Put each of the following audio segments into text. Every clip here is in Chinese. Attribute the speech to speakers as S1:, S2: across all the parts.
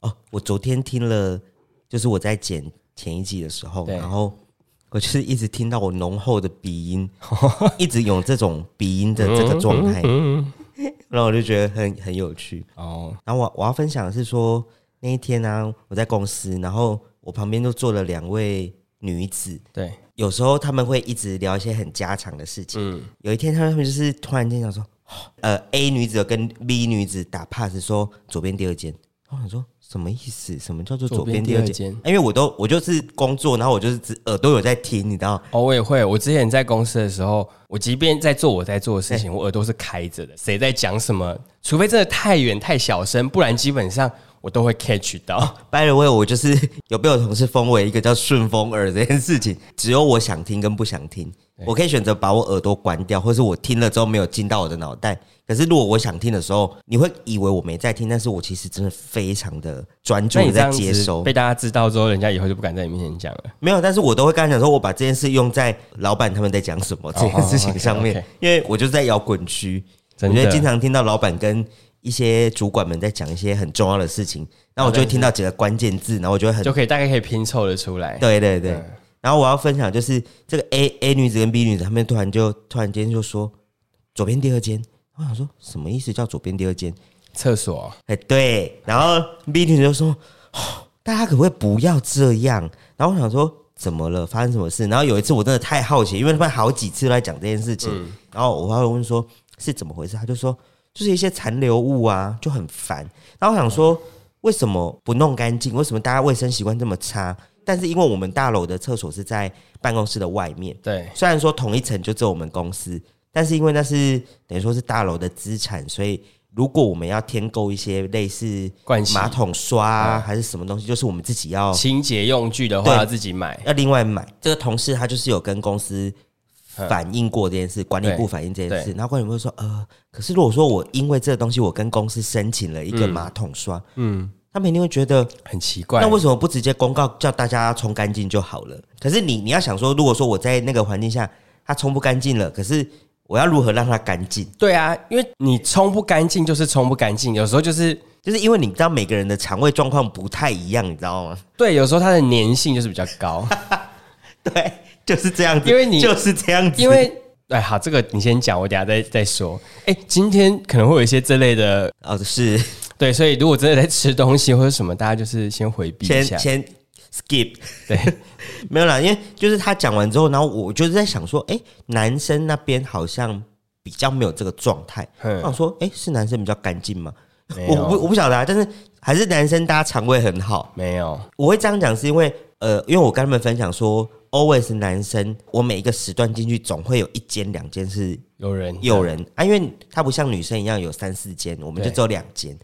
S1: 哦我昨天听了，就是我在剪前一季的时候，
S2: 对
S1: 然后我就是一直听到我浓厚的鼻音，一直有这种鼻音的这个状态，然后我就觉得很很有趣。
S2: 哦，
S1: 然后我我要分享的是说那一天呢、啊我在公司，然后我旁边就坐了两位女子，
S2: 对，
S1: 有时候他们会一直聊一些很家常的事情。
S2: 嗯，
S1: 有一天，他们就是突然间想说，呃，A 女子有跟 B 女子打 pass 说左边第二间，然后我想说什么意思？什么叫做左边第二
S2: 左边第
S1: 间
S2: 二间？
S1: 因为我都我就是工作，然后我就是只耳朵有在听，你知道？
S2: 哦，我也会。我之前在公司的时候，我即便在做我在做的事情，我耳朵是开着的，谁在讲什么，除非真的太远太小声，不然基本上我都会 catch 到。
S1: By the way，我就是 有被我同事封为一个叫顺风耳这件事情，只有我想听跟不想听，我可以选择把我耳朵关掉，或是我听了之后没有进到我的脑袋。可是如果我想听的时候，你会以为我没在听，但是我其实真的非常的专注
S2: 那
S1: 地
S2: 你这
S1: 在
S2: 样
S1: 接
S2: 子
S1: 收
S2: 被。大家知道之后，人家以后就不敢在你面前讲了。
S1: 没有，但是我都会跟他讲说，我把这件事用在老板他们在讲什么这件事情上面，
S2: 哦，OK，OK
S1: 因为我就在摇滚区，我
S2: 真的
S1: 就会经常听到老板跟一些主管们在讲一些很重要的事情，然后
S2: 哦
S1: 我就会听到几个关键字，然后我就会很
S2: 就可以大概可以拼凑的出来。
S1: 对对对。然后我要分享就是这个 A A 女子跟 B 女子，她们突然就突然间就说左边第二间，我想说什么意思叫左边第二间？
S2: 厕所
S1: 哎，对。然后 B 女就说：“哦大家可不可以不要这样？”然后我想说，怎么了？发生什么事？然后有一次我真的太好奇，因为他们好几次都在讲这件事情，然后我还会问说是怎么回事，他就说就是一些残留物啊，就很烦。然后我想说，为什么不弄干净？为什么大家卫生习惯这么差？但是因为我们大楼的厕所是在办公室的外面，
S2: 对，
S1: 虽然说同一层就只有我们公司，但是因为那是等于说是大楼的资产，所以如果我们要添购一些类似
S2: 盥洗
S1: 马桶刷、啊、还是什么东西，就是我们自己要
S2: 清洁用具的话
S1: 对
S2: 要自己买。
S1: 要另外买。这个同事他就是有跟公司反映过这件事，管理部反映这件事，然后管理部说，呃，可是如果说我因为这个东西，我跟公司申请了一个马桶刷，
S2: 嗯，
S1: 他们一定会觉得
S2: 很奇怪。
S1: 那为什么不直接公告叫大家冲干净就好了？可是你你要想说，如果说我在那个环境下，它冲不干净了，可是我要如何让它干净？
S2: 对啊，因为你冲不干净就是冲不干净，有时候就是
S1: 就是因为你知道每个人的肠胃状况不太一样，你知道吗？
S2: 对，有时候它的粘性就是比较高，
S1: 对，就是这样子，
S2: 因为你
S1: 就是这样子，
S2: 因为。哎，好，这个你先讲，我等一下再再说。哎，今天可能会有一些这类的，
S1: 哦是
S2: 对，所以如果真的在吃东西或者什么，大家就是先回避一
S1: 先
S2: 下。
S1: 先 skip
S2: 对，
S1: 没有啦，因为就是他讲完之后，然后我就是在想说，哎、男生那边好像比较没有这个状态。
S2: 嗯
S1: 我想说，哎、是男生比较干净吗？
S2: 没
S1: 我
S2: 有
S1: 不我不晓得啊，但是还是男生大家肠胃很好。
S2: 没有，
S1: 我会这样讲是因为，呃，因为我跟他们分享说，always 男生，我每一个时段进去总会有一间、两间是
S2: 有人
S1: 有人啊，因为他不像女生一样有三四间，我们就
S2: 嗯对
S1: 只有两间，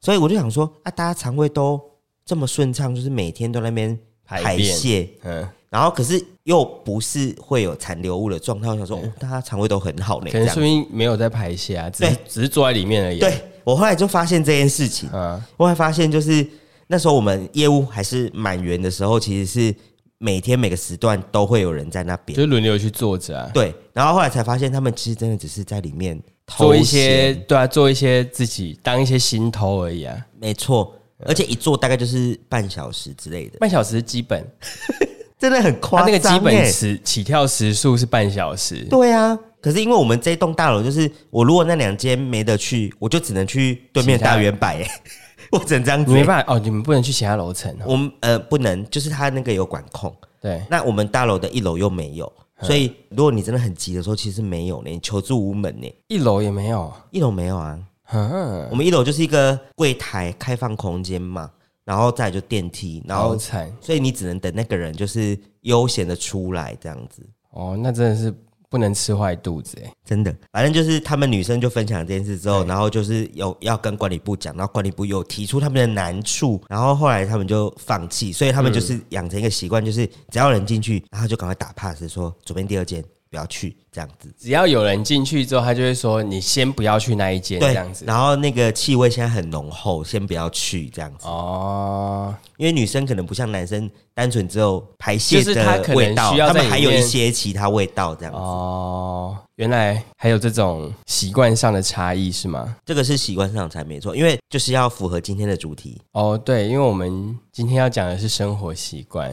S1: 所以我就想说，啊，大家肠胃都这么顺畅，就是每天都在那边
S2: 排
S1: 排
S2: 便
S1: 泄，
S2: 嗯，
S1: 然后可是又不是会有残留物的状态，我想说，哦，大家肠胃都很好呢，这
S2: 可能说
S1: 样。
S2: 明没有在排泄啊，只是
S1: 对
S2: 只是坐在里面而已。，啊
S1: 对我后来就发现这件事情，
S2: 嗯，
S1: 我还发现就是那时候我们业务还是满员的时候，其实是每天每个时段都会有人在那边
S2: 就。是轮流去坐着啊。
S1: 对，然后后来才发现他们其实真的只是在里面偷
S2: 做一
S1: 闲
S2: 些对啊，做一些自己当一些心头而已啊。
S1: 没错，而且一坐大概就是半小时之类的，
S2: 半小时是基本，
S1: 真的很夸
S2: 它
S1: 张、欸。
S2: 那个基本时起跳时速是半小时。
S1: 对啊，可是因为我们这栋大楼就是我如果那两间没得去，我就只能去对面的大圆柏、欸， 我只能这样子
S2: 你。没办法哦，你们不能去其他楼层哦。
S1: 我们呃不能，就是他那个有管控，
S2: 对，
S1: 那我们大楼的一楼又没有，
S2: 嗯
S1: 所以如果你真的很急的时候，其实没有呢，你求助无门呢。
S2: 一楼也没有。
S1: 一楼没有啊，
S2: 嗯，
S1: 我们一楼就是一个柜台开放空间嘛，然后再来就电梯，然
S2: 好
S1: 后
S2: 惨
S1: 所以你只能等那个人就是悠闲的出来这样子，
S2: 哦，那真的是不能吃坏肚子哎。
S1: 真的。反正就是他们女生就分享这件事之后，然后就是有要跟管理部讲，然后管理部有提出他们的难处，然后后来他们就放
S2: 嗯
S1: 弃，所以他们就是养成一个习惯，就是只要有人进去，然后就赶快打 pass 说左边第二间，不要去这样子。
S2: 只要有人进去之后，他就会说你先不要去那一间这
S1: 对
S2: 样，子。
S1: 然后那个气味现在很浓厚，先不要去这样子，
S2: 哦，
S1: 因为女生可能不像男生单纯只有排泄
S2: 就是她
S1: 的
S2: 可能
S1: 味道，
S2: 需要
S1: 他
S2: 在
S1: 们还
S2: 里
S1: 有
S2: 面
S1: 一些其他味道这样子。
S2: 哦，原来还有这种习惯上的差异是吗？
S1: 这个是习惯上才没错，因为就是要符合今天的主题。
S2: 哦，对，因为我们今天要讲的是生活习惯。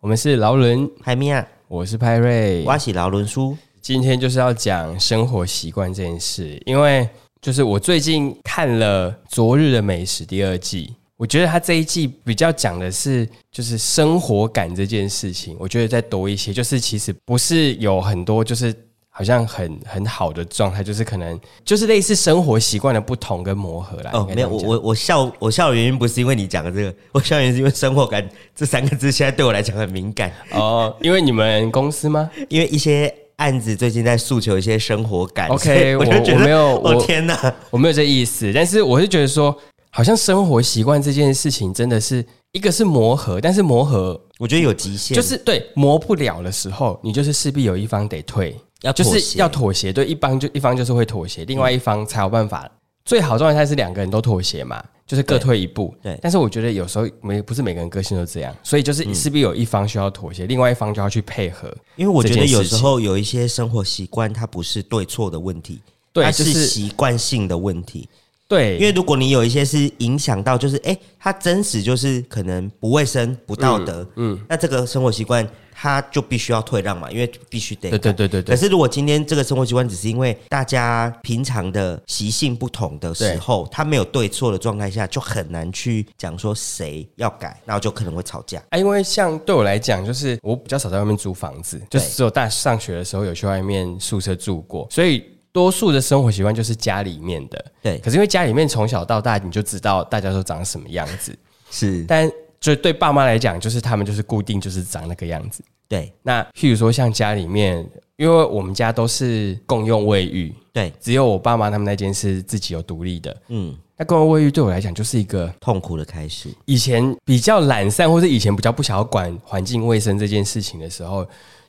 S2: 我们是劳伦，
S1: 海啊米亚，
S2: 我是派瑞，
S1: 挖起劳伦书，
S2: 今天就是要讲生活习惯这件事，因为就是我最近看了《昨日的美食》第二季，我觉得它这一季比较讲的是就是生活感这件事情，我觉得再多一些，就是其实不是有很多就是。好像很很好的状态，就是可能就是类似生活习惯的不同跟磨合啦。
S1: 哦
S2: 啊应，该这
S1: 没有，
S2: 样
S1: 我
S2: 讲
S1: 我我笑我笑的原因不是因为你讲的这个，我笑的原因是因为生活感这三个字现在对我来讲很敏感，
S2: 哦，因为你们公司吗？
S1: 因为一些案子最近在诉求一些生活感。
S2: OK，
S1: 所以我就
S2: 我
S1: 觉
S2: 我
S1: 得
S2: 没有
S1: 哦
S2: 我
S1: 天哪，
S2: 我没有这意思，但是我是觉得说，好像生活习惯这件事情真的是一个是磨合，但是磨合
S1: 我觉得有极限，
S2: 就是对磨不了的时候，你就是势必有一方得退，
S1: 要
S2: 就
S1: 妥
S2: 是
S1: 协嗯
S2: 要妥协，对一方就一方就是会妥协，另外一方才有办法。最好状态是两个人都妥协嘛，就是各退一步。
S1: 对对
S2: 但是我觉得有时候没不是每个人个性都这样，所以就是势必有一方需要妥协，另外一方就要去配合。
S1: 因为我觉
S2: 这
S1: 得
S2: 件事
S1: 有时候有一些生活习惯，它不是对错的问题，
S2: 对，
S1: 它
S2: 就是是
S1: 习惯性的问题。
S2: 对，
S1: 因为如果你有一些是影响到，就是哎、诶它真实就是可能不卫生、不道德，嗯，那这个生活习惯它就必须要退让嘛，因为必须得
S2: 对对对对
S1: 可
S2: 对，
S1: 是如果今天这个生活习惯只是因为大家平常的习性不同的时候，它没有对错的状态下，就很难去讲说谁要改，然后就可能会吵架。
S2: 啊，因为像对我来讲，就是我比较少在外面租房子，就
S1: 对
S2: 是只有大上学的时候有去外面宿舍住过，所以多数的生活习惯就是家里面的。
S1: 对，
S2: 可是因为家里面从小到大，你就知道大家都长什么样子，
S1: 是，
S2: 但就对爸妈来讲，就是他们就是固定就是长那个样子。
S1: 对
S2: 那譬如说像家里面，因为我们家都是共用卫浴，
S1: 对，
S2: 只有我爸妈他们那间是自己有独立的。
S1: 嗯，
S2: 那共用卫浴对我来讲就是一个
S1: 痛苦的开始。
S2: 以前比较懒散，或是以前比较不想要管环境卫生这件事情的时候，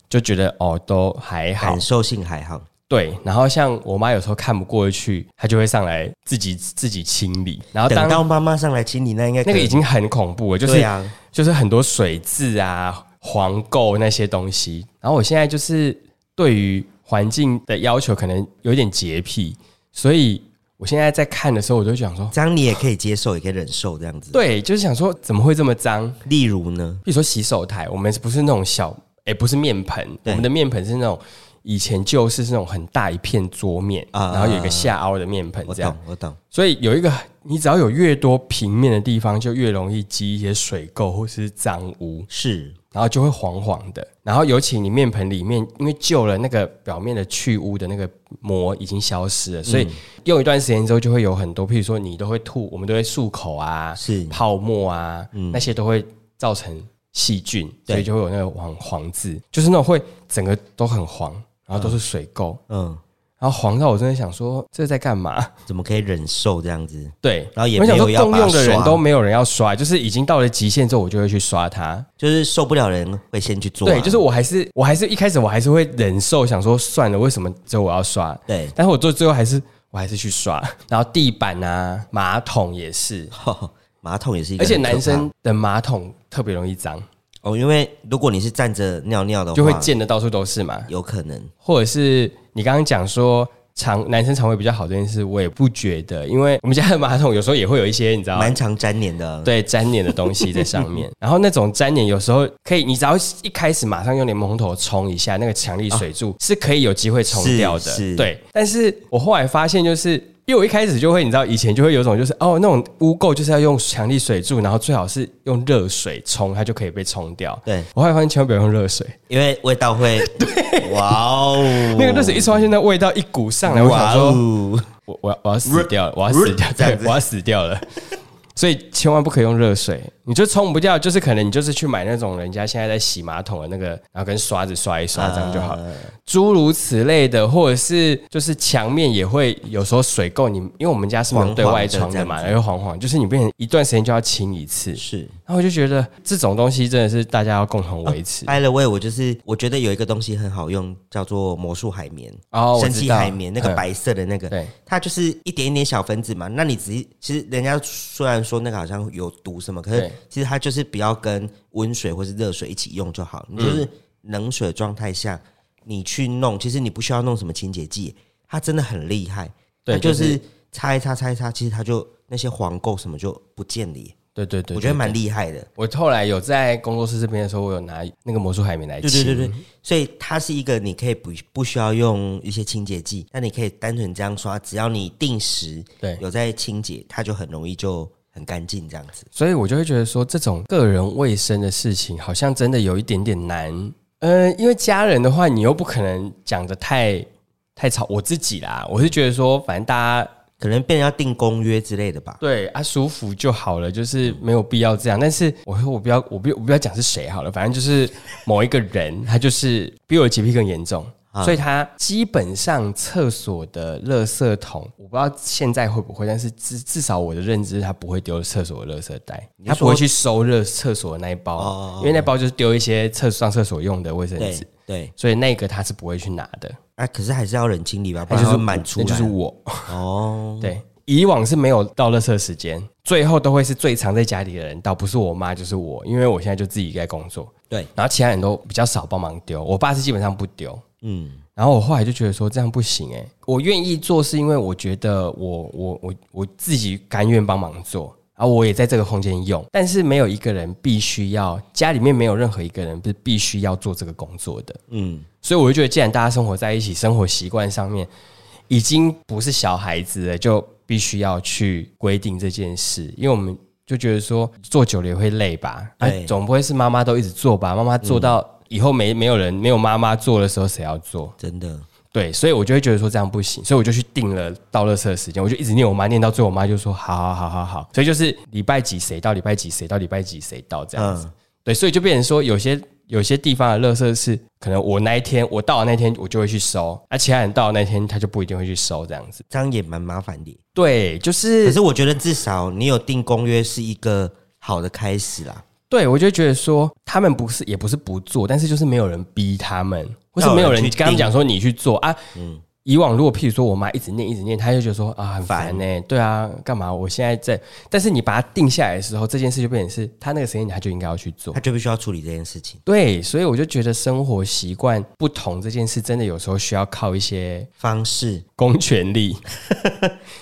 S2: 就觉得哦都还好
S1: 感。受性还好，
S2: 对，然后像我妈有时候看不过去，她就会上来自己自己清理。然后
S1: 嗯等
S2: 啊当
S1: 到妈妈上来亲你，那应该
S2: 那
S1: 可
S2: 个
S1: 以
S2: 已经很恐怖了，就是、
S1: 对啊，
S2: 就是很多水渍啊、黄垢那些东西。然后我现在就是对于环境的要求可能有点洁癖，所以我现在在看的时候，我就会想说，
S1: 这样你也可以接受，也可以忍受这样子。
S2: 对，就是想说怎么会这么脏？
S1: 例如呢，
S2: 比如说洗手台，我们不是那种小，哎、不是面盆，我
S1: 对
S2: 们的面盆是那种以前旧式是那种很大一片桌面，
S1: 啊
S2: 然后有一个下凹的面盆
S1: 我
S2: 这样
S1: 懂，，我懂，
S2: 所以有一个你只要有越多平面的地方，就越容易积一些水垢或是脏污，
S1: 是
S2: 然后就会黄黄的。然后尤其你面盆里面，因为旧了那个表面的去污的那个膜已经消失
S1: 嗯
S2: 了，所以用一段时间之后就会有很多，譬如说你都会吐，我们都会漱口啊，
S1: 是嗯
S2: 泡沫啊，那些都会造成细菌，
S1: 对
S2: 所以就会有那个黄黄字，就是那种会整个都很黄，然后都是水垢，
S1: 嗯，
S2: 然后黄到我真的想说这在干嘛？
S1: 怎么可以忍受这样子？
S2: 对，
S1: 然后也
S2: 我想说
S1: 没有要
S2: 共
S1: 把它
S2: 用的人
S1: 刷
S2: 都没有人要刷，就是已经到了极限之后，我就会去刷它。
S1: 就是受不了人会先去做啊、
S2: 对，就是我还是我还是一开始我还是会忍受，想说算了，为什么只有我要刷？
S1: 对，
S2: 但是我做最后还是我还是去刷， 然后地板啊、马桶也是，
S1: 马桶也是一个
S2: 而
S1: 很可
S2: 且
S1: 怕，
S2: 男生的马桶特别容易脏，
S1: 哦，因为如果你是站着尿尿的话，
S2: 就会溅的到处都是嘛。
S1: 有可能
S2: 或者是你刚刚讲说肠男生肠胃比较好这件事，我也不觉得，因为我们家的马桶有时候也会有一些你知道吗
S1: 蛮常粘黏的。，
S2: 啊
S1: 啊
S2: 对粘黏的东西在上面， 然后那种粘黏有时候可以，你只要一开始马上用柠檬头冲一下，那个强力水柱是可以有机会冲掉的。
S1: 啊是是
S2: 对，但是我后来发现就是。因为我一开始就会，你知道，以前就会有种就是哦，那种污垢就是要用强力水柱，然后最好是用热水冲，它就可以被冲掉。
S1: 对
S2: 我后来发现千万不要用热水，
S1: 因为味道 会，哇哦，
S2: 那个热水一冲下去，那味道一股上来，我想说，
S1: 哦，
S2: 我 我要我要死掉了，我要死掉，
S1: 这
S2: 对
S1: 样，子
S2: 我要死掉了。所以千万不可以用热水，你就冲不掉，就是可能你就是去买那种人家现在在洗马桶的那个，然后跟刷子刷一刷啊这样就好
S1: 啊
S2: 了。
S1: 呃
S2: 诸如此类的，或者是就是墙面也会有时候水垢，你因为我们家是没有对外窗的
S1: 黄
S2: 嘛，
S1: 黄的这样子
S2: 然后黄黄，就是你变成一段时间就要清一次。
S1: 是。
S2: 然后我就觉得这种东西真的是大家要共同维持。
S1: By the way，我就是我觉得有一个东西很好用，叫做魔术海绵、
S2: 哦，我
S1: 神
S2: 知
S1: 奇
S2: 道
S1: 啊海绵，那个
S2: 嗯
S1: 白色的那个，
S2: 对
S1: 它就是一点一点小分子嘛。那你只是其实人家虽然说那个好像有毒什么，可是
S2: 对
S1: 其实它就是不要跟温水或是热水一起用就好，你就是
S2: 嗯
S1: 冷水状态下你去弄，其实你不需要弄什么清洁剂，它真的很厉害。
S2: 对
S1: 它就
S2: 就是
S1: 是擦一擦擦一擦，其实它就那些黄垢什么就不见了耶，
S2: 对对对，
S1: 我觉得
S2: 对
S1: 蛮厉害的。
S2: 我后来有在工作室这边的时候，我有拿那个魔术海绵来
S1: 对
S2: 清。
S1: 对对对，所以它是一个你可以不不需要用一些清洁剂，但你可以单纯这样刷，只要你定时
S2: 对
S1: 有在清洁，它就很容易就很干净这样子。
S2: 所以我就会觉得说，这种个人卫生的事情，好像真的有一点点难。呃，因为家人的话，你又不可能讲的太太吵。我自己啦，我是觉得说，反正大家
S1: 可能变成要订公约之类的吧。
S2: 对啊舒服就好了，就是没有必要这样。但是我说我不要，我不我不要讲是谁好了，反正就是某一个人，他就是比我的洁癖更严重。
S1: 啊
S2: 所以他基本上厕所的垃圾桶，我不知道现在会不会，但是至至少我的认知，他不会丢厕所的垃圾袋，他不会去收热厕所的那一包，
S1: 哦
S2: 因为那包就是丢一些厕上厕所用的卫生
S1: 对
S2: 纸，
S1: 对，
S2: 所以那个他是不会去拿的，
S1: 啊，可是还是要冷清理吧，不
S2: 那
S1: 然
S2: 就是
S1: 会满出来。
S2: 那就是我。
S1: 哦，
S2: 对，以往是没有到垃圾时间，最后都会是最常在家里的人到，不是我妈就是我，因为我现在就自己在工作，
S1: 对，
S2: 然后其他人都比较少帮忙丢，我爸是基本上不丢。
S1: 嗯，
S2: 然后我后来就觉得说这样不行哎、我愿意做是因为我觉得我我我我自己甘愿帮忙做，然后我也在这个空间用，但是没有一个人必须要，家里面没有任何一个人是必须要做这个工作的，
S1: 嗯，
S2: 所以我就觉得，既然大家生活在一起，生活习惯上面已经不是小孩子了，就必须要去规定这件事，因为我们就觉得说做久了也会累吧，啊
S1: 对，
S2: 总不会是妈妈都一直做吧？妈妈做到以后没没有人没有妈妈做的时候，谁要做？
S1: 真的，
S2: 对，所以我就会觉得说这样不行，所以我就去定了倒垃圾的时间，我就一直念我妈，念到最后我妈就说好好好好好，所以就是礼拜几谁到礼拜几谁到礼拜几谁到这样子，
S1: 嗯，
S2: 对，所以就变成说有些有些地方的垃圾是可能我那一天我到的那天我就会去收，而、其他人到的那天他就不一定会去收这样子，
S1: 这样也蛮麻烦的。
S2: 对，
S1: 可
S2: 就是
S1: 是我觉得至少你有订公约是一个好的开始啦。
S2: 对我就觉得说他们不是也不是不做，但是就是没有人逼他们，或是没有人
S1: 没有人去
S2: 跟他们
S1: 盯
S2: 讲说你去做啊，以往如果譬如说我妈一直念一直念，她就觉得说啊很
S1: 烦
S2: 烦呢、对啊，干嘛？我现在在，但是你把它定下来的时候，这件事就变成是她那个时间她就应该要去做
S1: 他。就必须要处理这件事情，
S2: 对，所以我就觉得生活习惯不同这件事，真的有时候需要靠一些
S1: 方式
S2: 公 权力，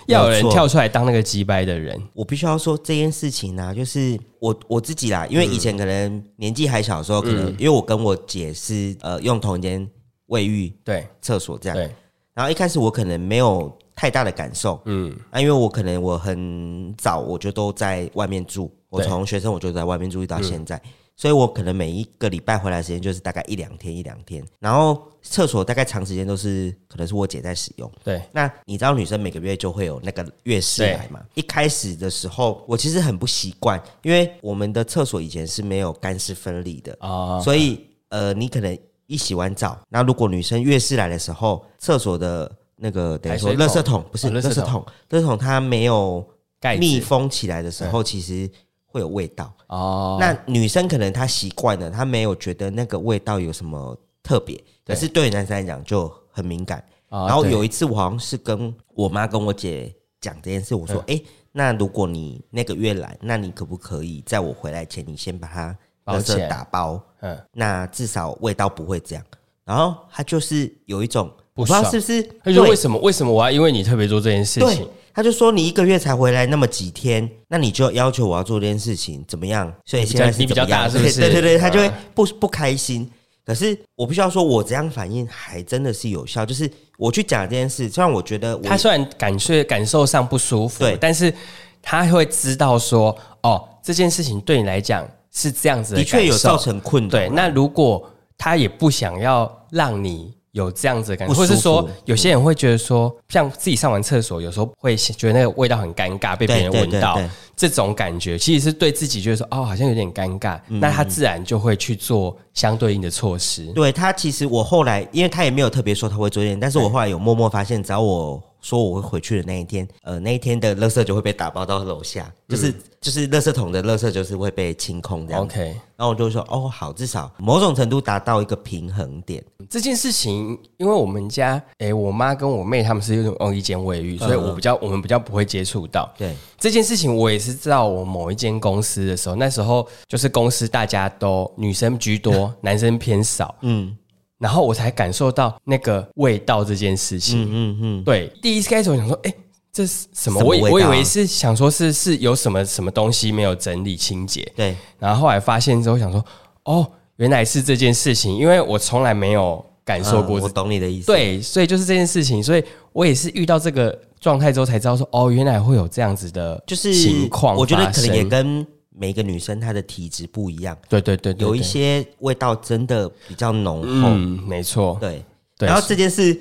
S2: 要有人
S1: 没错
S2: 跳出来当那个击败的人。
S1: 我必须要说这件事情呢、啊就是我我自己啦，因为
S2: 嗯
S1: 以前可能年纪还小的时候，可能、因为我跟我姐是呃用同一间卫浴
S2: 对
S1: 厕所这样，
S2: 对，
S1: 然后一开始我可能没有太大的感受，
S2: 嗯，
S1: 啊，因为我可能我很早我就都在外面住，我
S2: 对嗯
S1: 从学生我就在外面住到现在，所以我可能每一个礼拜回来的时间就是大概一两天一两天，然后厕所大概长时间都是可能是我姐在使用。
S2: 对，
S1: 那你知道女生每个月就会有那个月事来嘛？一开始的时候，我其实很不习惯，因为我们的厕所以前是没有干湿分离的，
S2: 啊、
S1: 所以呃，你可能一洗完澡，那如果女生月事来的时候，厕所的那个等于说
S2: 排水
S1: 垃
S2: 口
S1: 圾桶不是
S2: 哦垃
S1: 垃
S2: 圾
S1: 圾桶，垃圾桶它没有
S2: 盖
S1: 密
S2: 子
S1: 封起来的时候，其实会有味道。
S2: 哦，
S1: 那女生可能她习惯了，她没有觉得那个味道有什么特别，可是对于男生来讲就很敏感。
S2: 啊
S1: 然后
S2: 对
S1: 有一次，我好像是跟我妈跟我姐讲这件事，我说：“哎、
S2: 嗯
S1: 那如果你那个月来，那你可不可以在我回来前，你先把它
S2: 包
S1: 垃
S2: 起来
S1: 圾打包？
S2: 嗯，
S1: 那至少味道不会这样。”然后她就是有一种
S2: 不
S1: 我知道
S2: 爽
S1: 是不是
S2: 他就说
S1: 对
S2: 为什么为什么我要因为你特别做这件事
S1: 对
S2: 情？，
S1: 她就说你一个月才回来那么几天，那你就要求我要做这件事情，怎么样？所以
S2: 你比
S1: 现
S2: 较
S1: 在是
S2: 你比较
S1: 怎么样
S2: 大是不是
S1: 对对对，她就会
S2: 啊
S1: 不不开心。可是我必须要说，我这样反应还真的是有效，就是我去讲这件事，虽然我觉得我
S2: 他虽然感觉感受上不舒服
S1: 对，
S2: 但是他会知道说，哦，这件事情对你来讲是这样子
S1: 的
S2: 感受
S1: 确有造成困扰。
S2: 对，那如果他也不想要让你有这样子的感
S1: 不
S2: 觉，
S1: 舒
S2: 或
S1: 服
S2: 者是说有些人会觉得说，像自己上完厕所，有时候会觉得那个味道很尴尬，被别人
S1: 对
S2: 闻
S1: 对
S2: 到
S1: 对对，
S2: 这种感觉其实是对自己觉得说，哦，好像有点尴尬，
S1: 嗯
S2: 那他自然就会去做相对应的措施。
S1: 对他，其实我后来，因为他也没有特别说他会做这件，但是我后来有默默发现，只要我说我会回去的那一天，呃，那一天的垃圾就会被打包到楼下，
S2: 嗯
S1: 就是、就是垃圾桶的垃圾就是会被清空这样。
S2: OK，
S1: 然后我就说，哦，好，至少某种程度达到一个平衡点。
S2: 这件事情，因为我们家，诶，我妈跟我妹她们是用用一间卫
S1: 嗯
S2: 浴，所以我比较我们比较不会接触到。
S1: 对，
S2: 这件事情我也是知道，我某一间公司的时候，那时候就是公司大家都女生居 多，男生偏少，
S1: 嗯
S2: 然后我才感受到那个味道这件事情。
S1: 嗯嗯嗯，
S2: 对，第一开始我想说，哎、这是什么？
S1: 什么
S2: 我以
S1: 味道啊
S2: 我以为是想说是是有什么什么东西没有整理清洁，
S1: 对，
S2: 然后后来发现之后想说，哦，原来是这件事情，因为我从来没有感受过
S1: 嗯
S2: 这
S1: 我懂你的意思。
S2: 对，所以就是这件事情，所以我也是遇到这个状态之后才知道说，哦，原来会有这样子的，
S1: 就是
S2: 情况
S1: 我觉得可
S2: 发生
S1: 能也跟每个女生她的体质不一样，
S2: 对对对对
S1: 有一
S2: 对
S1: 些味道真的比较浓厚。
S2: 嗯，没错，
S1: 对，
S2: 对
S1: 然后这件事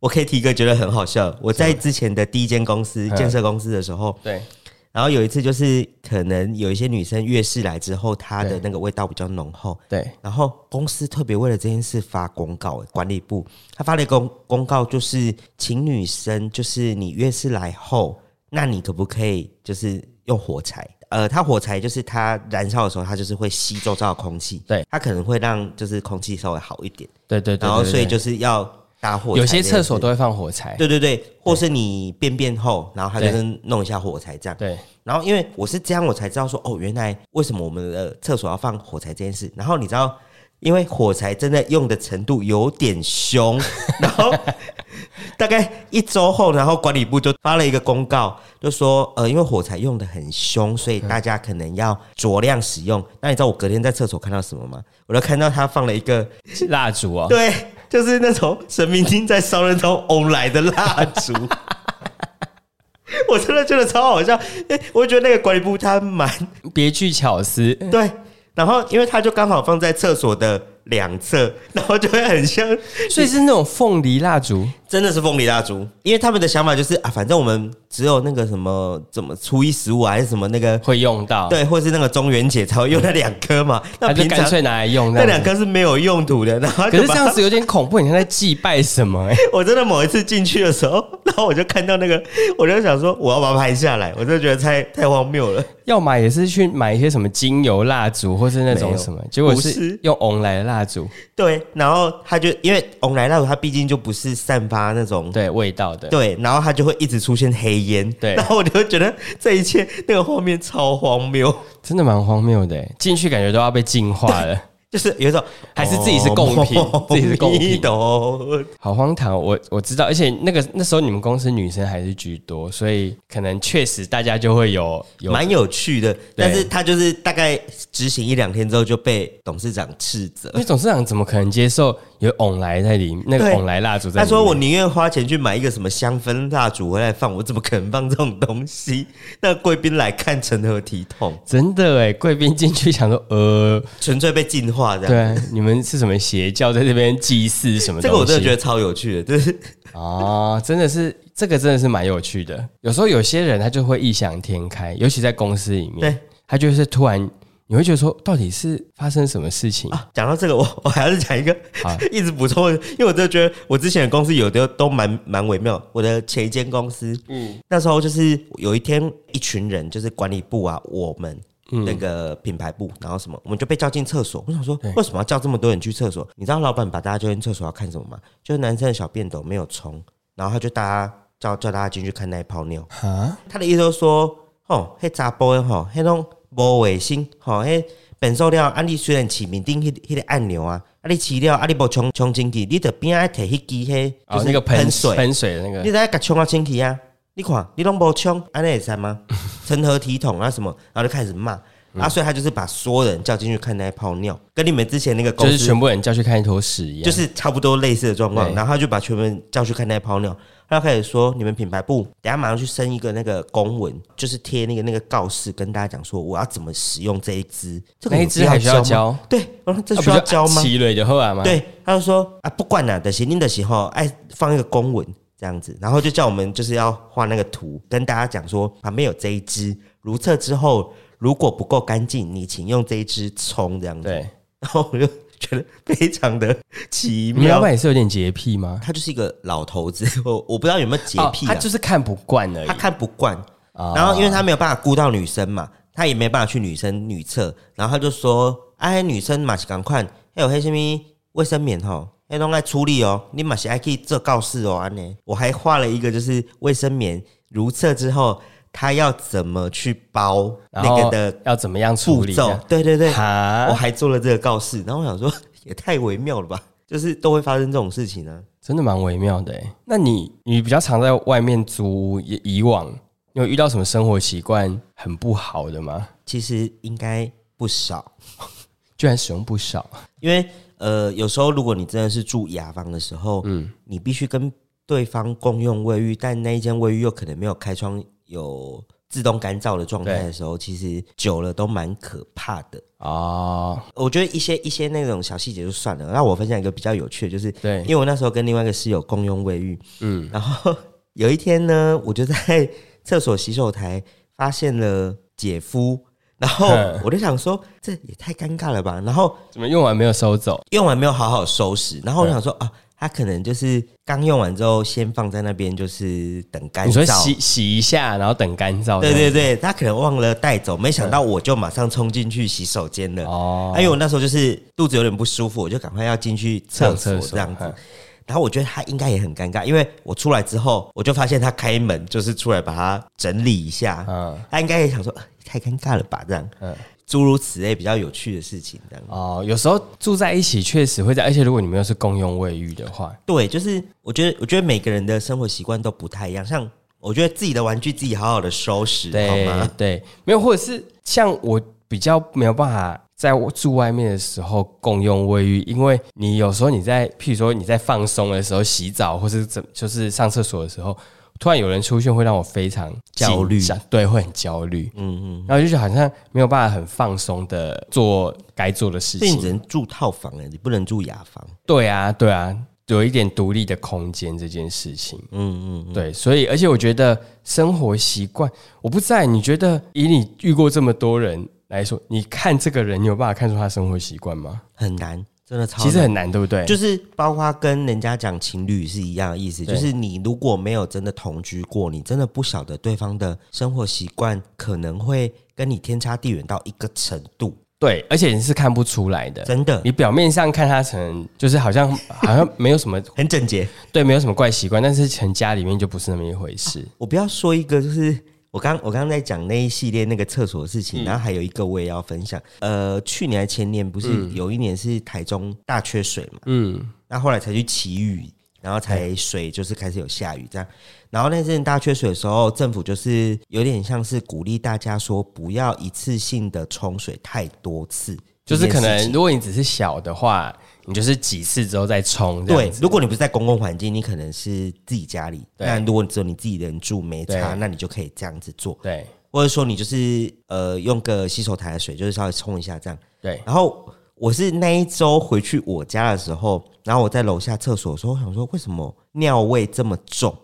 S1: 我可以提一个觉得很好笑。我在之前的第一间公司
S2: 嗯
S1: 建设公司的时候，
S2: 对
S1: 然后有一次就是可能有一些女生月事来之后，她的
S2: 对
S1: 那个味道比较浓厚。
S2: 对，
S1: 然后公司特别为了这件事发公告，管理部他发了一个公公告，就是请女生，就是你月事来后，那你可不可以就是用火柴？呃，它火柴就是它燃烧的时候，它就是会吸周遭的空气，
S2: 对，
S1: 它可能会让就是空气稍微好一点。
S2: 对对对，
S1: 然后
S2: 对
S1: 所以
S2: 对
S1: 就是要搭火柴。
S2: 有些厕所，都会放火柴，
S1: 对对对，或是你便便后，然后他就是弄一下火柴这样。
S2: 对
S1: 然后因为我是这样，我才知道说哦，原来为什么我们的厕所要放火柴这件事。然后你知道，因为火柴真的用的程度有点凶， 然后大概一周后，然后管理部就发了一个公告，就说呃，因为火柴用的很凶，所以大家可能要酌量使用。那你知道我隔天在厕所看到什么吗？我就看到他放了一个
S2: 蜡烛哦，
S1: 对，就是那种神明厅在烧那种欧来的蜡烛。 我真的觉得超好笑，哎、我觉得那个管理部他蛮
S2: 别具巧思，
S1: 对，然后因为他就刚好放在厕所的两侧，然后就会很像，
S2: 所以是那种凤梨蜡烛，
S1: 真的是凤梨蜡烛。因为他们的想法就是啊，反正我们只有那个什么怎么初一十五啊还是什么那个
S2: 会用到，，
S1: 对，或是那个中元节才会用那两颗嘛，那
S2: 他就
S1: 平
S2: 干
S1: 常
S2: 脆拿来用
S1: 那
S2: 这
S1: 两
S2: 样子。
S1: 颗是没有用途的，然后
S2: 可
S1: 就是
S2: 这
S1: 把
S2: 样
S1: 它
S2: 子有点恐怖，你像在祭拜什么、 欸？
S1: 我真的某一次进去的时候， 然后我就看到那个，我就想说我要把它拍下来，我就觉得太太荒谬 了。
S2: 要买也是去买一些什么精油蜡烛，或是那
S1: 没
S2: 种
S1: 有
S2: 什么，结果
S1: 不
S2: 是
S1: 是
S2: 用红来的蜡烛，
S1: 对，然后他就因为翁来蜡烛，它毕竟就不是散发那种
S2: 对味道的，
S1: 对，然后它就会一直出现黑烟，
S2: 对
S1: 然后我就觉得这一切那个画面超荒谬，
S2: 真的蛮荒谬的、欸。进去感觉都要被净化了，
S1: 就是有一种
S2: 还是自己是贡品
S1: 哦
S2: 自己是贡品
S1: 你懂
S2: 好荒唐哦。我我知道，而且那个那时候你们公司女生还是居多，所以可能确实大家就会有有
S1: 蛮有趣的，但是他就是大概执行一两天之后就被董事长斥责
S2: 因。为董事长怎么可能接受有翁来在里那个
S1: 对
S2: 翁来蜡烛在
S1: 他
S2: 里面？
S1: 说：“我宁愿花钱去买一个什么香氛蜡烛回来放，我怎么可能放这种东西？那贵宾来看成何体统？
S2: 真的哎，贵宾进去想说，呃，
S1: 纯粹被净化这样。
S2: 对，啊你们是什么邪教在这边祭祀什么东西？
S1: 这个我真的觉得超有趣的，就是
S2: 得哦，真的是这个真的是蛮有趣的。有时候有些人他就会异想天开，尤其在公司里面
S1: 对，
S2: 他就是突然你会觉得说，到底是发生什么事情？
S1: 啊讲到这个， 我我还要讲一个
S2: 好，
S1: 一直补充，因为我真的觉得我之前的公司有的都蛮蛮微妙。我的前一间公司，嗯，那时候就是有一天一群人，就是管理部啊，我们。”
S2: 嗯
S1: 那个品牌部，然后什么，我们就被叫进厕所。我想说，为什么要叫这么多人去厕所？你知道老板把大家叫进厕所要看什么吗？就是男生的小便斗没有冲，然后他就大家叫叫大家进去看那一泡尿。
S2: 啊，
S1: 他的意思就是说，吼，迄查甫的吼，迄种无卫生，吼，迄本数了，啊，你虽然市面顶迄迄个按钮啊，啊，你饲了，啊，你无冲冲清气，你得边仔摕迄支迄，
S2: 哦
S1: 就，是
S2: 那个
S1: 喷
S2: 喷
S1: 水，
S2: 喷水的那
S1: 你
S2: 个，
S1: 知影甲冲啊清气啊？你看，你拢无冲，安尼会使吗？成何体统啊什么？然后就开始骂，
S2: 嗯
S1: 啊，所以他就是把所有人叫进去看那一泡尿，跟你们之前那个公
S2: 就
S1: 司
S2: 是全部人叫去看一坨屎一样，啊
S1: 就是差不多类似的状况，
S2: 对
S1: 然后他就把全部人叫去看那泡尿，他就开始说你们品牌部等下马上去升一个那个公文，就是贴那个那个告示跟大家讲说我要怎么使用这一支，这个
S2: 那一
S1: 有
S2: 支还需要
S1: 吗
S2: 教？
S1: 对，我说这
S2: 啊
S1: 需要教吗？
S2: 奇瑞的后来吗？，
S1: 对，他就说啊不管啦，的行，你的时候爱放一个公文这样子，然后就叫我们就是要画那个图，跟大家讲说旁边有这一支，如厕之后如果不够干净，你请用这一支冲这样子。
S2: 对，
S1: 然后我就觉得非常的奇
S2: 你们老
S1: 妙。
S2: 板也是有点洁癖吗？
S1: 他就是一个老头子， 我我不知道有没有洁癖、
S2: 哦他
S1: 啊
S2: 就是看不惯而已
S1: 他。看不惯，
S2: 哦
S1: 然后因为他没有办法顾到女生嘛，他也没办法去女生女厕，然后他就说：“哎、女生嘛是赶快，还有黑什么卫生棉吼，哎都爱处理哦，你嘛是爱去做告示哦安呢。”我还画了一个就是卫生棉如厕之后，他要怎么去包
S2: 然
S1: 那个
S2: 后
S1: 的
S2: 要怎么样处
S1: 步
S2: 理？
S1: 骤？对对对，我
S2: 哈，
S1: 还做了这个告示，然后我想说也太微妙了吧，就是都会发生这种事情啊。
S2: 真的蛮微妙的欸。那你你比较常在外面租屋，也以往你有遇到什么生活习惯很不好的吗？
S1: 其实应该不少，
S2: 居然使用不少，
S1: 因为呃，有时候如果你真的是住雅房的时候，嗯，你必须跟对方共用卫浴，但那一间卫浴又可能没有开窗有自动干燥的状态的时候，其实久了都蛮可怕的。
S2: 哦，
S1: 我觉得一些一些那种小细节就算了。那我分享一个比较有趣的，就是
S2: 对
S1: 因，为我那时候跟另外一个室友共用卫浴，嗯，然后有一天呢，我就在厕所洗手台发现了姐夫，然 后
S2: 嗯
S1: 我就想说这也太尴尬了吧，然后
S2: 怎么用完没有收走？
S1: 用完没有好好收拾，然后
S2: 嗯
S1: 我想说啊，他可能就是刚用完之后先放在那边，就是等干
S2: 你说
S1: 燥。
S2: 洗哦洗一下，然后等干燥
S1: 对
S2: 这样，
S1: 对对，他可能忘了带走，没想到我就马上冲进去洗手间了。
S2: 嗯哦
S1: 啊，因为我那时候就是肚子有点不舒服，我就赶快要进去厕所这样子
S2: 嗯。
S1: 然后我觉得他应该也很尴尬，因为我出来之后，我就发现他开门，就是出来把它整理一下。
S2: 嗯
S1: 他应该也想说，呃太尴尬了吧，这样。
S2: 嗯
S1: 诸如此类比较有趣的事情，这样。
S2: 哦，有时候住在一起确实会在，而且如果你们又是共用卫浴的话，
S1: 对，就是我觉得，我觉得每个人的生活习惯都不太一样。像我觉得自己的玩具自己好好的收拾，好
S2: 对
S1: 吗？
S2: 对，没有，或者是像我比较没有办法在我住外面的时候共用卫浴，因为你有时候你在，譬如说你在放松的时候洗澡，或是怎就是上厕所的时候，突然有人出现，会让我非常紧
S1: 焦虑
S2: 张，对，会很焦虑，嗯嗯，然后就是好像没有办法很放松的做该做的事
S1: 所以你
S2: 情
S1: 只，能住套房哎、你不能住雅房。
S2: 对啊，对啊，有一点独立的空间这件事情。
S1: 嗯嗯，
S2: 对，所以而且我觉得生活习惯，我不在你觉得以你遇过这么多人来说，你看这个人，你有办法看出他生活习惯吗？
S1: 很难，真的超难。
S2: 其实很难，对不对？
S1: 就是包括跟人家讲情侣是一样的意思，
S2: 对
S1: 就是你如果没有真的同居过，你真的不晓得对方的生活习惯可能会跟你天差地远到一个程度，
S2: 对，而且你是看不出来的。
S1: 真的
S2: 你表面上看他成就是好像好像没有什么
S1: 很整洁。
S2: 对，没有什么怪习惯，但是成家里面就不是那么一回事。
S1: 我不要说一个，就是我刚我刚刚在讲那一系列那个厕所的事
S2: 嗯
S1: 情，然后还有一个我也要分享。呃，去年还前年不是有一年是台中大缺水嘛，
S2: 嗯，
S1: 那后来才去祈雨，然后才水就是开始有下雨这样。然后那阵大缺水的时候，政府就是有点像是鼓励大家说，不要一次性的冲水太多次，
S2: 就是可
S1: 这件事
S2: 能
S1: 情
S2: 如果你只是小的话，你就是几次之后再冲这
S1: 对
S2: 样，子。
S1: 如果你不是在公共环境，你可能是自己家里。
S2: 对
S1: 那如果你只有你自己人住没差，
S2: 对
S1: 那你就可以这样子做。
S2: 对
S1: 或者说你就是呃用个洗手台的水，就是稍微冲一下这样。
S2: 对
S1: 然后我是那一周回去我家的时候，然后我在楼下厕所的时候，我想说为什么尿味这么 重，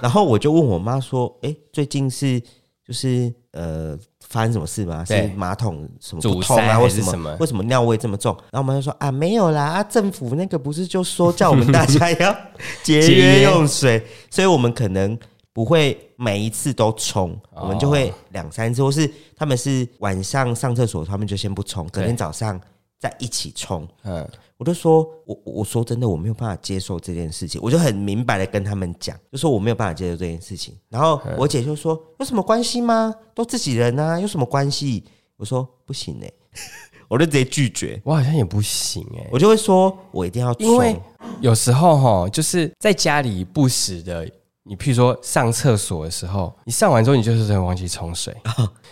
S1: 然后我就问我妈说：“诶，最近是就是呃发生什么事吗？
S2: 对
S1: 是马桶什么
S2: 阻
S1: 不通
S2: 塞
S1: 啊，
S2: 还
S1: 或
S2: 是
S1: 什
S2: 什么
S1: 为什么尿味这么重？”然后我妈就说：“啊，没有啦，啊政府那个不是就说叫我们大家要节
S2: 节约
S1: 约用水，所以我们可能。”不会每一次都冲，
S2: 哦
S1: 我们就会两三次，或是他们是晚上上厕所，他们就先不冲，隔天
S2: 对
S1: 早上再一起冲。
S2: 嗯，
S1: 我就说，我我我说真的，我没有办法接受这件事情，我就很明白的跟他们讲，就说我没有办法接受这件事情。然后
S2: 嗯
S1: 我姐就说，有什么关系吗？都自己人啊，有什么关系？我说不行哎、 我就直接拒绝，
S2: 我好像也不行哎、
S1: 我就会说我一定要冲，
S2: 因为有时候哈，就是在家里不时的，你譬如说上厕所的时候，你上完之后你就是很忘记冲水。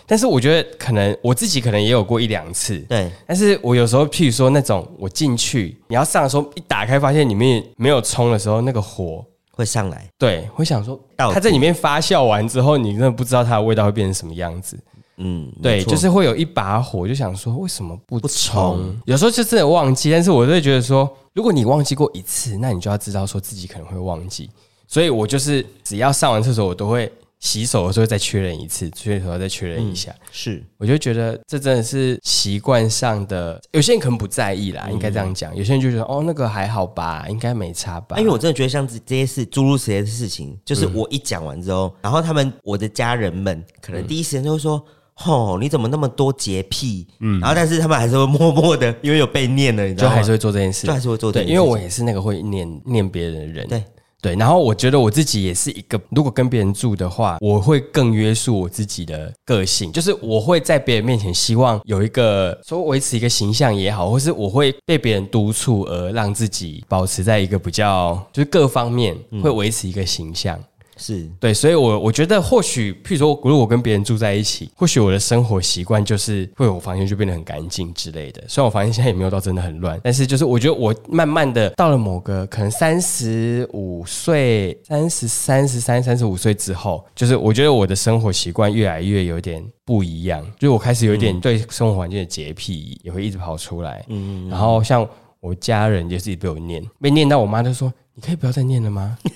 S2: 但是我觉得可能我自己可能也有过一两次，
S1: 对，
S2: 但是我有时候譬如说那种我进去你要上的时候，一打开发现里面没有冲的时候，那个火
S1: 会上来。
S2: 对会想说
S1: 到底
S2: 它在里面发酵完之后，你真的不知道它的味道会变成什么样子。
S1: 嗯，没
S2: 对，
S1: 错
S2: 就是会有一把火，就想说为什么不
S1: 不
S2: 冲
S1: 冲？
S2: 有时候就真的忘记，但是我就会觉得说，如果你忘记过一次，那你就要知道说自己可能会忘记。所以我就是只要上完厕所，我都会洗手的时候再确认一次，确认的时候再确认一下。
S1: 是
S2: 我就觉得这真的是习惯上的，有些人可能不在意啦，应该这样讲。有些人就觉得哦，那个还好吧，应该没差吧。嗯
S1: 啊因为我真的觉得像这这些事诸如此类的事情，就是我一讲完之后，然后他们我的家人们可
S2: 嗯
S1: 能第一时间就会说。吼、你怎么那么多洁癖？嗯，然后但是他们还是会 默默的，因为有被念了，你知道
S2: 就
S1: 吗？
S2: 还是会做这件事，
S1: 就还是会做这
S2: 对，
S1: 件事
S2: 因为我也是那个会念念别人的人。
S1: 对
S2: 对，然后我觉得我自己也是一个，如果跟别人住的话，我会更约束我自己的个性，就是我会在别人面前希望有一个说维持一个形象也好，或是我会被别人督促而让自己保持在一个比较就是各方面
S1: 嗯
S2: 会维持一个形象。
S1: 是
S2: 对，所以我，我觉得或许，譬如说，如果我跟别人住在一起，或许我的生活习惯就是会，我房间就变得很干净之类的。虽然我房间现在也没有到真的很乱，但是就是我觉得我慢慢的到了某个可能三十五岁、三十三、十三、三十五岁之后，就是我觉得我的生活习惯越来越有点不一样，就是我开始有一点对生活环境的洁癖也会一直跑出来。嗯然后像我家人就是一直被我念，被念到我妈就说：“你可以不要再念了吗？”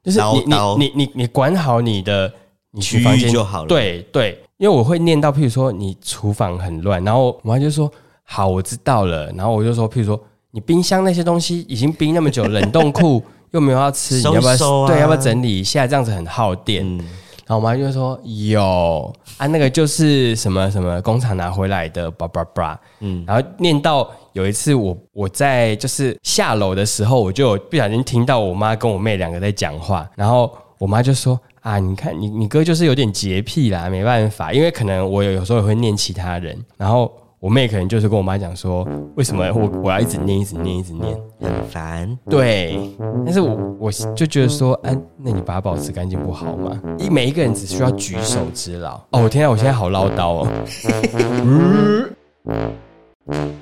S2: 就是你你
S1: 唠叨
S2: 你你你管好你的你
S1: 区域
S2: 房间
S1: 就好了
S2: 对对，因为我会念到，譬如说你厨房很乱，然后我妈就说：“好，我知道了。”然后我就说：“譬如说你冰箱那些东西已经冰那么久，冷冻库 又没有要吃，你
S1: 收
S2: 要不要
S1: 收啊
S2: 对要不要整理一下？这样子很耗电。”
S1: 嗯
S2: 然后我妈就说：“有啊，那个就是什么什么工厂拿回来的，叭叭叭。”嗯，然后念到有一次我我在就是下楼的时候，我就有不小心听到我妈跟我妹两个在讲话，然后我妈就说：“啊，你看你你哥就是有点洁癖啦，没办法，因为可能我有有时候也会念其他人，然后我妹可能就是跟我妈讲说，为什么我我要一直念一直念一直念。”
S1: 很烦，
S2: 对，但是我我就觉得说，哎、那你把它保持干净不好吗？一每一个人只需要举手之劳。哦，我天啊，我现在好唠叨哦。